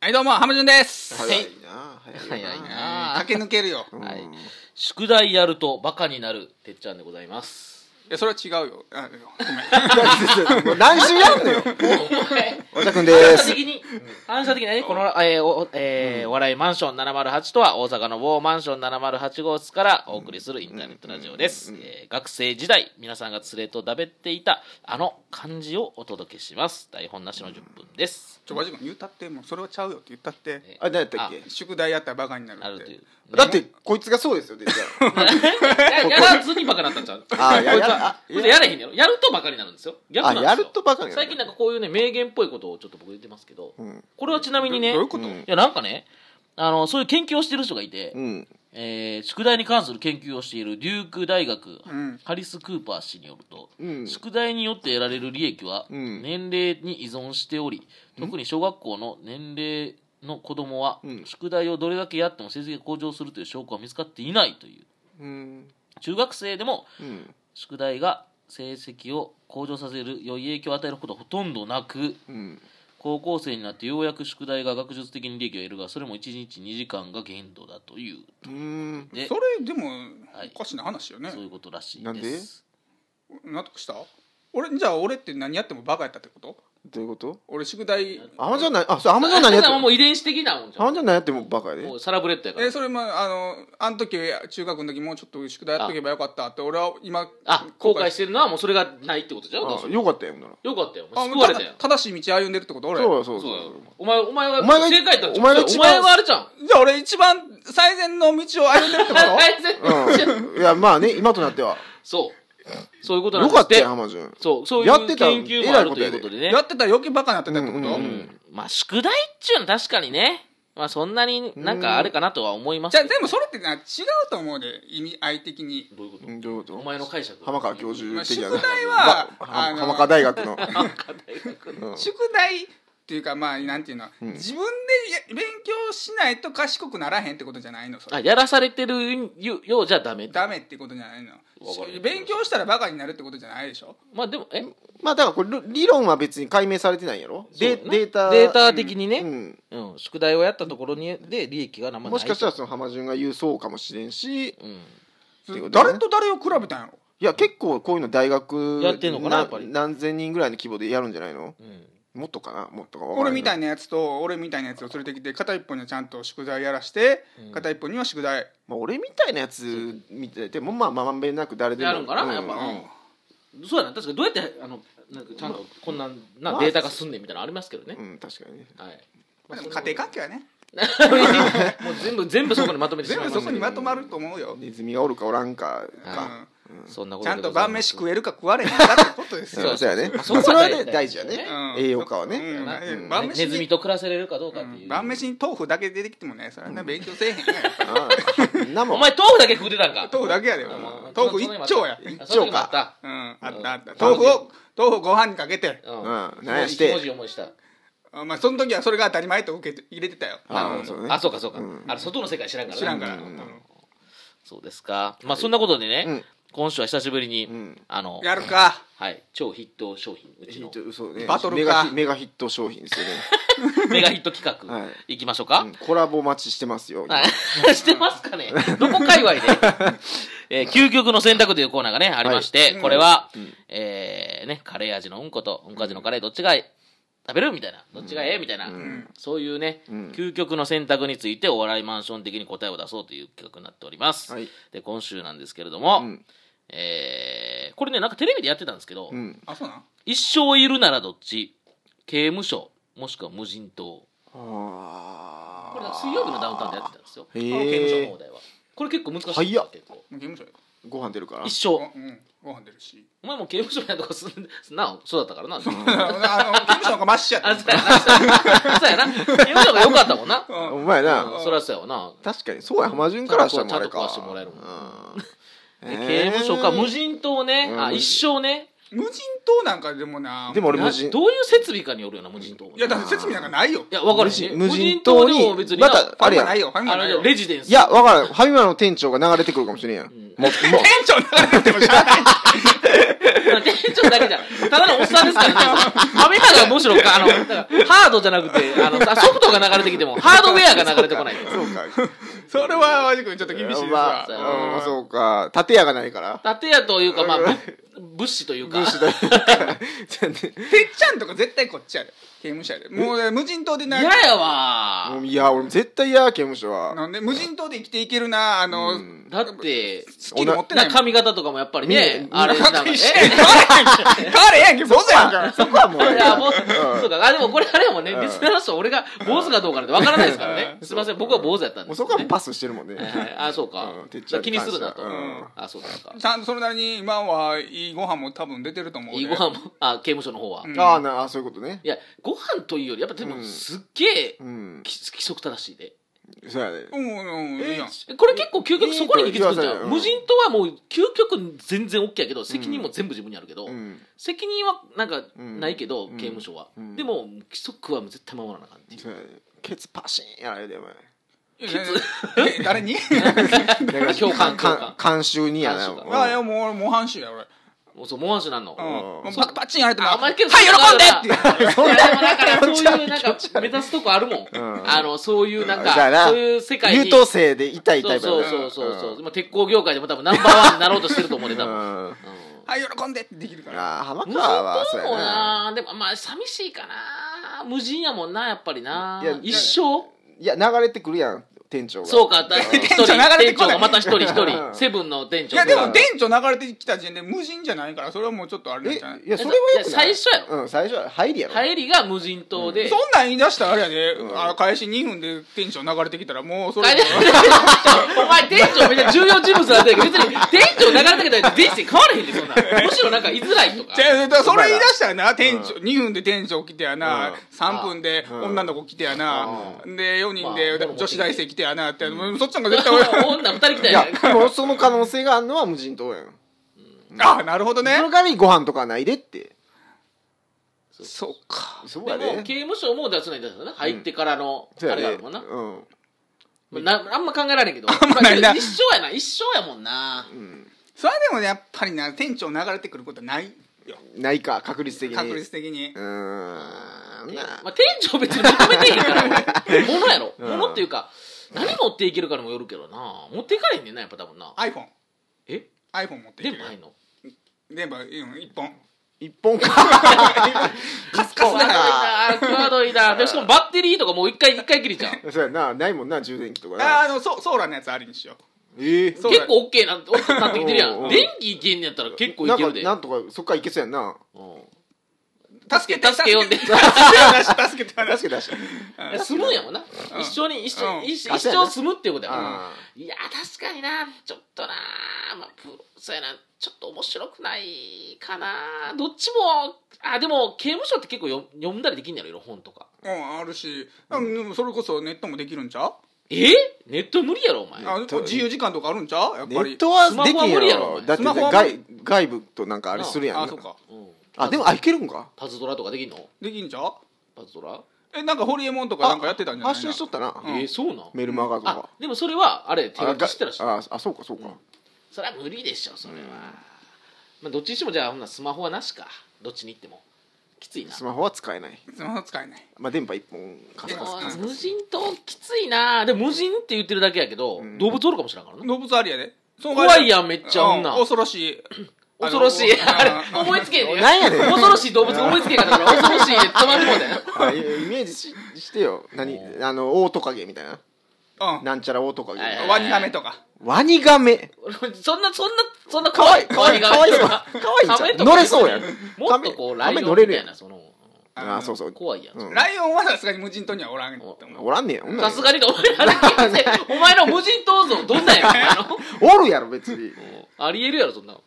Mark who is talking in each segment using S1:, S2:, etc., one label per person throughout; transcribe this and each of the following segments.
S1: はい、どうも、浜潤です。
S2: 早いな
S3: 早い
S2: 早いな
S3: なあ
S1: 駆け抜けるよ。
S2: うん
S3: はい宿題やるとバカになるてっちゃんでございます
S1: いや、それは違うよ。あ
S2: もう何週やんのよおたくん です
S3: 的に反射的にねこの、えーおえーお笑いマンション708とは大阪の某マンション708号室からお送りするインターネットラジオです、えー学生時代皆さんが連れとだべっていたあの漢字をお届けします台本なしの10分です
S1: ちょ、わじくん言ったって、もうそれはちゃうよって言ったって、
S3: え
S2: あ何やったっけ
S1: 宿題やったらバカになる
S3: なる
S1: っ
S3: と
S1: て。
S3: いう
S2: だってこいつがそうですよでじゃ
S3: ややらずにバカになったんちゃう
S2: ああや
S3: こいつ
S2: や
S3: は
S2: あ
S3: こいつはやれへんやろやるとバカになるんですよ逆なんですよ
S2: あやるとバカになる
S3: 最近なんかこういうね名言っぽいことをちょっと僕言ってますけど、
S2: ん
S3: これはちなみにね
S1: どどういうこと、
S2: うん
S3: いやなんかねあのそういう研究をしてる人がいて、
S2: あうん
S3: えー宿題に関する研究をしているデューク大学、
S1: ん
S3: ハリス・クーパー氏によると、
S2: うん
S3: 宿題によって得られる利益は
S2: うん
S3: 年齢に依存しており、特に小学校の年齢の子供は、
S2: うん
S3: 宿題をどれだけやっても成績が向上するという証拠は見つかっていないという
S2: うん
S3: 中学生でも
S2: うん
S3: 宿題が成績を向上させる良い影響を与えることはほとんどなく
S2: うん
S3: 高校生になってようやく宿題が学術的に利益を得るがそれも1日2時間が限度だという
S2: うん
S3: で
S1: それ、でも
S3: はい、
S1: おかしな話よね
S3: そう。いうことらしい
S2: なんで
S3: です
S1: 納得した俺、じゃあ俺って何やってもバカやったってこと
S2: どういうこと
S1: 俺、宿題。
S2: アマゾンなあそうアマゾン何やって
S3: だからも
S2: ア
S3: う遺伝子的なもんじゃ
S2: マ
S3: ん
S2: ゾン何やってもバカやで
S3: もうサラブレッドやから
S1: え、それも、あの、あの時、中学の時もうちょっと宿題やっとけばよかったって、俺は今、
S3: あ後悔してるのはもうそれがないってことじゃんどうす
S2: あ
S3: る
S2: よかったよほんなら
S3: よかったよお
S1: あ
S3: 前救われたよ
S1: た正しい道歩んでるってこと俺。
S2: そうそう
S3: そ
S2: そうう
S3: だよお前お前が
S2: お前が
S3: 正解だったんじゃ
S2: お
S3: ん
S2: 前が一
S3: お
S2: 番
S3: 前があれじゃん
S1: じゃあ俺一番最善の道を歩んでるってこ と
S3: あいつ
S2: うんいやまあね今となっては
S3: そうそういうことなん
S2: よ
S3: で
S2: か
S3: す
S2: っ
S3: って
S2: たよアマゾン
S3: そうそうい
S2: やって
S3: う
S2: た
S3: 研究もあるということでね
S1: やってたら余計バカになってたってこと、
S2: うんうんうん
S3: まあ宿題っちゅうのは確かにね、まあ、そんなになんかあれかなとは思います
S1: じゃあ
S3: け
S1: で
S3: ど
S1: もそれってな違うと思うで意味合い的に
S3: どういうこと
S2: うんどういうこと
S3: お前の解釈
S2: 浜川教授的な
S1: まあ宿題は
S2: ば
S1: あの
S2: 浜川大学の
S3: 浜川大学の
S2: うん
S1: 宿題っていうかまあなんていうの、
S2: ん
S1: 自分でや勉強しないと賢くならへんってことじゃないのそ
S3: あ
S1: れ
S3: やらされてるようじゃダメ
S1: ダメってことじゃないの
S3: わかる
S1: 勉強したらバカになるってことじゃないでしょ
S3: まあでもえ
S2: まあだからこれ理理論は別に解明されてないんやろデ
S3: そうね
S2: データ
S3: データ的にね、
S2: う
S3: うん
S2: ん
S3: 宿題をやったところにで利益が生まない
S2: もしかしたらその浜順が言うそうかもしれんしい
S3: うん、
S2: てことね
S1: 誰と誰を比べたんやろ
S2: や結構こういうの大学
S3: やってんのかなやっぱり
S2: 何千人ぐらいの規模でやるんじゃないの
S3: うん、
S2: もっとかなもっとか
S1: 俺みたい
S2: に、
S1: なやつと俺みたいなやつを連れてきて片一方にはちゃんと宿題やらして
S3: うん
S1: 片一方には宿題、
S2: まあ、俺みたいなやつ見ててもまあまんべんなく誰でも
S3: やるんかな
S2: う
S3: やっぱ
S2: うん
S3: そうやな確かにどうやってあのなんかちゃんとこんなな
S2: まあ
S3: データが済んでみたいなのありますけどね
S2: う、ん確かにね
S3: はい
S1: まあ、でも家庭環境やね
S3: もう全部全部そこにまとめてし
S1: 全
S3: まい
S1: 部
S3: まし
S1: そ
S3: たけど
S1: こにまとまると思うよ、
S2: ネズミがおるかおらんか
S1: うん
S2: か、
S3: そんなこ
S1: ち
S3: と
S1: ゃ
S3: で
S1: ん
S3: ご
S1: と
S3: ざい
S1: 晩
S3: ます
S1: 飯食えるか食われへんかってことです
S2: そ
S1: よ
S2: うそうやね、まあ、
S3: そう
S2: それはね
S3: そう
S2: 大事やね
S1: うん
S2: 栄養価はね、
S1: うん
S3: な
S1: うん
S3: ね
S1: 晩
S3: ネ
S1: 飯
S3: ズミ
S1: に
S3: と暮らせれるかどうかっていうう、
S1: ん晩飯に豆腐だけ出てきてもねそれはね勉強せえへんよ
S2: ああんなもん
S3: お前豆腐だけ食うてたんか
S1: 豆腐だけやで
S3: あまあ
S1: 豆腐一丁や
S3: その
S2: 一丁か
S3: 時もあったその時もあった
S1: うんあったあった豆腐を豆腐ご飯にかけて
S3: うん
S2: うんなんやして
S3: 気持ちいい思いした
S1: あまあその時はそれが当たり前と受け入れてたよ
S2: あ
S3: なるほど
S2: そうね
S3: あそうかそうか、
S2: うん
S3: あの外の世界知らんからね
S1: 知らんから
S2: うん
S3: そうですかまあそんなことでね、
S2: うん
S3: 今週は久しぶりに、
S2: ん
S3: あの
S1: やるか
S3: はい超ヒット商品うち
S2: ヒッ
S3: の
S2: ト嘘ね
S1: バトル
S2: メガ
S1: か
S2: ヒメガヒット商品ですよね、
S3: メガヒット企 画、、
S2: はい
S3: きましょうか、
S2: うんコラボ待ちしてますよ、
S3: はい してますかねどこ界隈 でえー究極の選択というコーナーがね、ありまして、
S1: うん
S3: これは、えーね、カレー味のうんこと、うんこ味のカレーどっちが食べるみたいな、どっちがええみたいな、
S2: ん
S3: そういうね、
S2: うん
S3: 究極の選択についてお笑いマンション的に答えを出そうという企画になっております。
S2: はい
S3: で、今週なんですけれども、
S2: うん
S3: えーこれね、なんかテレビでやってたんですけど、
S2: うん
S1: あそうなん
S3: 一生いるならどっち刑務所、もしくは無人島。
S2: あ
S3: これなんか水曜日のダウンタウンでやってたんですよ。
S2: へー
S3: あの刑務所の放題は。これ結構難しいんですよ
S2: 早っ
S3: 結構
S1: 刑務所よ
S2: ご飯出るから
S3: 一生。
S1: うんうんご飯出るし
S3: お前も刑務所みたいなとこ住んで、なそうだったからな。
S1: あの刑務所の方がマシやった
S3: あ、そうやな。そうやな。刑務所が良かったもんな。
S2: お前な
S3: うんそりゃそうやわな。
S2: 確かにそうや浜順からしたらもうあれ
S3: ちゃんと
S2: か
S3: 壊してもらえるもん
S2: うん
S3: で
S2: え
S3: 刑
S2: ー
S3: 務所か無人島ね。
S2: うん
S3: あ、一生ね。
S1: 無人島なんかでもな
S2: でも俺
S3: な
S2: 無
S3: どうい
S2: 人
S3: う設備かによるよな、無人島もね。
S1: いやだって設備なんかないよ
S3: いや、わからんし。
S2: 無人無人島に
S3: 無人でも別にな。
S2: また
S1: ファンがないよファン
S3: あ
S1: がないよ
S3: の、レジデンス。
S2: いや、わからんファミマの店長が流れてくるかもしれんやんもうもう
S1: 店長流れてもしゃあない
S3: 店長だけじゃない。ただのおっさんですからね。アメカがむしろか、あの、だからハードじゃなくて、あの、あソフトが流れてきても、ハードウェアが流れてこない。
S2: そうか。
S1: それは和く君ちょっと厳しいです
S2: ま
S1: わ
S2: あ、うんそうか。建屋がないから。
S3: 建屋というか、まあ、ぶ物資というか。
S2: 軍師だ。全然
S1: てっちゃんとか絶対こっちやで刑務所やでもう無人島でな
S3: 嫌やわ
S2: も ういや、俺絶対嫌、刑務所は。
S1: なんで無人島で生きていけるなあの、
S2: うん
S3: だって、
S1: スキル持ってない
S3: な
S1: もん
S3: 髪型とかもやっぱりね、あれ、なんか、え
S1: 一緒やん変われへんけ坊主やんか
S2: そこはもう。
S3: いや、もう、そう
S2: う
S3: か。あ、でもこれあれやもんね。
S2: うん
S3: リスナーの人、俺が坊主かどうかなんてわからないですからね。すいません、僕は坊主やったん
S2: ん。も
S3: で
S2: う
S3: す
S2: そ
S3: けど
S2: こは
S3: ね、
S2: もうパスしてるもんね。
S3: はいはいあ、そうか
S2: うん。てっ
S3: だ
S2: ちゃ
S3: から
S2: ん
S3: 気
S2: に
S3: に
S2: 関
S3: す
S2: して
S3: るな
S2: は
S3: と。
S2: うん
S3: あ、そうですか。
S1: ち ゃんそれなりに今はいいご飯も多分出てると思うで
S3: いいご飯も、あ、刑務所の方は。
S1: うん
S3: い
S2: ああ、なあ、そういうことね。
S3: や、ご飯というより、やっぱで
S2: う
S3: も、
S2: ん
S3: すっげえ、
S2: うん。
S3: き規則正しいで。
S2: そうやで。
S1: うんうんいいやん
S3: えこれ結構究極
S2: いい
S3: そこに行き着くんじ
S2: いい
S3: ゃ
S2: と
S3: ん。
S2: うん
S3: 無人島はもう究極全然 OK やけど、責任も全部自分にあるけど
S2: う、ん。
S3: 責任はなんか
S2: うん
S3: ないけど
S2: う、ん
S3: 刑務所は
S2: う。ん
S3: でも、規則は絶対守らなあかんっていう。
S2: そうやで。ケツパシーンやられて、お前。
S1: いやいやえ誰に
S2: だ
S3: 共感
S2: か
S3: 共感
S2: ん監修にやな。
S3: 監修
S1: あいや
S2: うん
S1: もう模範集や俺
S3: もうそう、モアシュなんの。
S1: うん
S2: うん
S1: もうパクパチンやれてもは
S3: あお
S1: い
S3: 前けど
S1: 喜んでって
S3: いやでも だからそういうなんか目指すとこあるもん、
S2: ん
S3: あのそういうなん
S2: そうや
S3: か
S2: な
S3: そういう世界
S2: 優
S3: に
S2: 等生でいたいタイプや
S3: そう
S2: な
S3: そうそうそう、
S2: ん
S3: 今鉄鋼業界でも多分ナンバーワンになろうとしてると思うね
S2: う
S3: 多分、うん
S2: ん。
S1: はい喜んでってできるから
S2: ああ、浜
S3: 無
S2: 川は、
S3: 人
S2: そう
S3: 島
S2: や
S3: も
S2: な。
S3: なでもまあ寂しいかな無人やもんなやっぱりない
S2: や
S3: 一生
S2: いや、流れてくるやん、店長が。
S3: そうかだ一人
S1: 長流れて
S3: 店
S1: こない
S3: 長がまた一人一
S2: う
S3: 人
S2: ん
S3: セブンの店長
S1: いやでも
S3: が
S1: 店長流れてきた時点で無人じゃないからそれはもうちょっとあれ
S2: え、
S1: なん
S2: い
S1: じゃない
S2: や、それはよくない。
S3: いや最初やろ
S2: うん、最初は入りやろ。
S3: 入りが無人島で、
S1: そんなん言い出したらあれやで、
S2: うん
S1: あの開始2分で店長流れてきたらもうそれ
S3: 帰れお前店長めっちゃ重要人物なんだけど別に店長流れてけたら人生変われへんでそんなむしろなんか居づらいとか
S1: じゃあだからそれ言い出したらな店長、
S2: う
S1: 2分で店長来てやな、
S2: うん
S1: 3分で女の子来てやな、で4人で
S3: まあ
S1: 女子大生来てやなって、もうそっちの方が絶対 俺
S3: 女二人来た
S2: い
S3: や
S2: や
S3: ん、
S2: でもその可能性があるのは無人島やん。
S1: ああなるほどね
S2: その代わりご飯とかはないでって。
S1: そうか
S2: そうや
S3: でも
S2: で。
S3: 刑務所も出すないんだよね入ってからのあ
S2: そう
S3: れ
S2: や
S3: が
S2: で。
S3: あるもんな,、
S2: うん。
S3: なあんま考えられ んけど
S1: んまないな
S3: まあ一生やな一生やもんな
S2: うん
S1: それはでもねやっぱりな店長流れてくることはないよ
S2: ないか、確率的に。
S1: 確率的に
S2: うーん。な
S3: まあ、店長別に求めてへ んから俺物やろ
S2: うん
S3: 物っていうか何持っていけるかにもよるけどな持っていかれへんねんなやっぱ多分な
S1: iPhone
S3: え
S1: iPhone 持ってき
S3: 電
S1: て
S3: 波入んの
S1: 電波1本
S2: 一本 か。
S1: カスカ
S3: カ
S1: スだから
S3: ードいなカード いなでしかもバッテリーとかもう一回一回きりじゃん
S2: そうやな、ないもんな、充電器とか
S1: あ
S2: な。
S1: あのそうソーラーのやつありにしよ
S2: ええ
S1: そう
S3: 結構 OK なんなってきてるや
S2: うんうんん
S3: 電気いけんねやったら結構いけるで
S2: なんかなんとか、そっからいけそうやんな。
S3: う
S1: う助けて
S3: 助け呼んで
S1: 助けて話助けて話
S2: 確かに確かに。
S3: ん住むんやもんな
S1: うん
S3: 一緒に一緒に
S1: うん
S3: 一
S2: あ
S3: 一
S2: そうやな
S3: 生住むっていうことやもん
S2: あ
S3: いや確かになちょっとなまあプロそうやなちょっと面白くないかなどっちもあでも刑務所って結構読読んだりできんねやろいろ本とか
S1: うんあるし、うん、それこそネットもできるんちゃう
S3: えネット無理やろお前
S1: あ
S2: ット
S1: 自由時間とかあるんちゃうやっ
S2: ネ
S1: ぱり
S2: ットは
S3: スマホ
S2: でき
S3: は
S2: ん
S3: 無
S2: や
S3: 理やろ
S2: ろ。だって
S1: スマホは無理
S2: 外外部となんかあれするやんな。
S1: あそうか
S3: うん
S2: あ、でも、あ、いけるんか。
S3: パズドラとかできんの
S1: できんちゃう
S3: パズドラ
S1: えなんかホリエモンとか
S2: あ
S1: なんかやってたんじゃない
S2: 発信しとったな。
S1: うん
S3: えーそうなん
S2: メルマガと
S3: あ
S2: か。
S3: でもそれはあれ手
S2: あ
S3: 書きしてらっしゃる
S2: ああそうかそうか、
S3: それは無理でしょそれは、まあ、どっちにしてもじゃあほんならスマホはなしかどっちに行ってもきついな
S2: スマホは使えない、
S1: スマホ使えない
S2: まあ、電波一本か
S3: で
S2: す
S3: も
S2: かす
S3: 無人島きついなでも無人って言ってるだけやけど、
S2: ん
S3: 動物おるかもしれんからな
S1: 動物ありやでその代わ
S3: 怖
S1: り
S3: いやんめっちゃ女、
S1: うんん
S3: な
S1: 恐ろしい
S3: 恐ろしい
S1: あの
S3: あれ
S1: うん
S3: 思いつけへんね
S2: なんやねん
S3: 恐ろしい動物思いつけへんかったから恐ろしいで止まるもんだよ
S2: あイイメージししてよ何あのオオトカゲみたいな
S1: う
S2: なんちゃらオオトカゲみたい
S3: は
S2: な
S1: んワ
S2: い
S1: ニガメとか
S2: ワニガメ
S3: そんなそんなそんな可愛い
S2: かわいい
S3: 可愛い
S2: かわいいかわいいじゃん乗れそうやん
S3: もっとこうラ
S2: カメ
S3: イ
S2: カメ
S3: オ
S2: 乗れる
S3: ンみたい
S2: やん
S3: なその
S2: ああそうそう
S3: 怖いやん、
S2: うん
S1: ライオンはさすがに無人島にはおらんと思う
S2: おらんねやおん
S3: さすがにお前らの現世お前の無人島像ど んなんやろあの
S2: おるやろ別に
S3: ありえるやろそんなの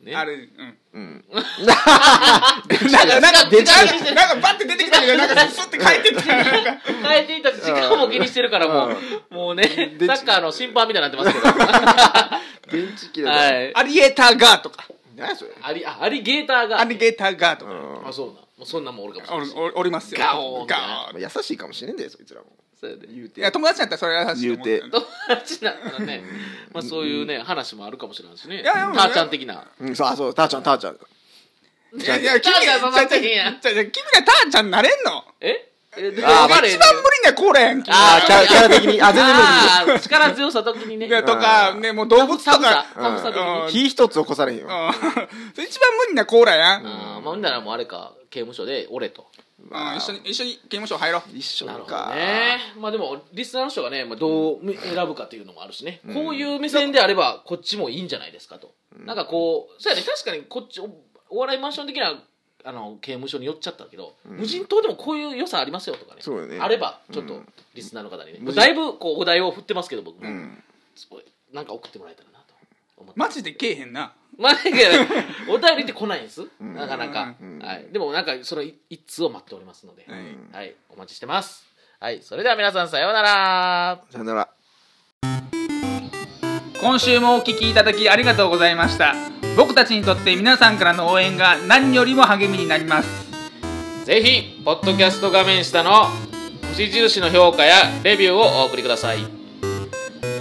S3: ね
S1: あれうん
S2: うん
S1: なんかなんか
S3: 出てきた
S1: なんかなんかバッて出てきたけ どなんかスッて帰ってったなんか
S3: 変えていたし時間も気にしてるからもう、もうね
S2: で
S3: サッカーの審判みたいになってます
S2: 電池切
S3: け
S2: れ
S3: ど
S2: だ、
S3: はい
S1: アリエーターガーとか
S2: 何やそれ、
S3: アリあアリゲーター
S1: ア
S3: が
S1: リゲーターガーと
S2: う
S1: か
S2: ん
S3: あそうなんもうそんなんもおるかもし
S1: おる
S3: れない
S1: おるおりますよ
S3: ガオーン
S1: ガオーン
S2: 優しいかもしれんでそいつらも
S3: そそうやで
S2: 言うて
S1: いや友達やったらそれらしいと思うんだよね
S3: 友達なんだね、まあ、そういうね、話もあるかもしれないしね
S1: いやいやもうね
S3: たーちゃん的な
S2: うんそうあそうたーちゃんたーちゃん
S1: いやいや君ら
S3: ターちゃん佐々木
S1: じ
S3: や
S1: ゃあじゃあ君らターちゃんなれんの
S3: ええで
S2: あー
S3: わかる
S1: 一番無理なこれやん君ら
S2: あーキャラキャラ的にあ全然無理
S3: あー力強さ的にね
S1: でとかねもう動物と
S3: 寒さ
S1: か
S3: 寒さ的に
S1: うん
S2: 火一つ起こされへんよ
S1: うん それ一番無理なコーラやん、うん
S3: あーまあほんならもうあれか刑務所で俺と
S1: 一緒に一緒に刑務所入ろう
S2: 一緒
S3: なるほど
S2: か
S3: ねまあでもリスナーの人がね、まあ、どう選ぶかというのもあるしね、こういう目線であればこっちもいいんじゃないですかと、なんかこうそうやね確かにこっちおお笑いマンション的なあの刑務所に寄っちゃったけど、無人島でもこういう良さありますよとかね
S2: そうよね
S3: あればちょっとリスナーの方にね、
S2: 無人
S3: だいぶこうお題を振ってますけど僕も、
S2: ん
S3: すごいなんか送ってもらえたらなと思って
S1: マジでけえへんな
S3: まあ、だけどお便りって来ないんです、なかなか、
S2: うん
S3: はい、でもなんかその一一通を待っておりますので、
S1: はい
S3: はい、お待ちしてますはいそれでは皆さんさようなら
S2: さよなら
S1: 今週もお聞きいただきありがとうございました僕たちにとって皆さんからの応援が何よりも励みになります
S3: ぜひポッドキャスト画面下の星印の評価やレビューをお送りください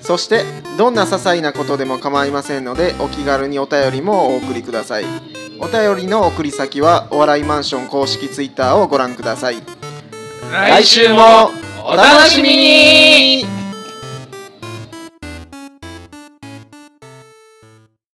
S2: そしてどんな些細なことでも構いませんのでお気軽にお便りもお送りくださいお便りの送り先はお笑いマンション公式ツイッターをご覧ください
S3: 来週もお楽しみに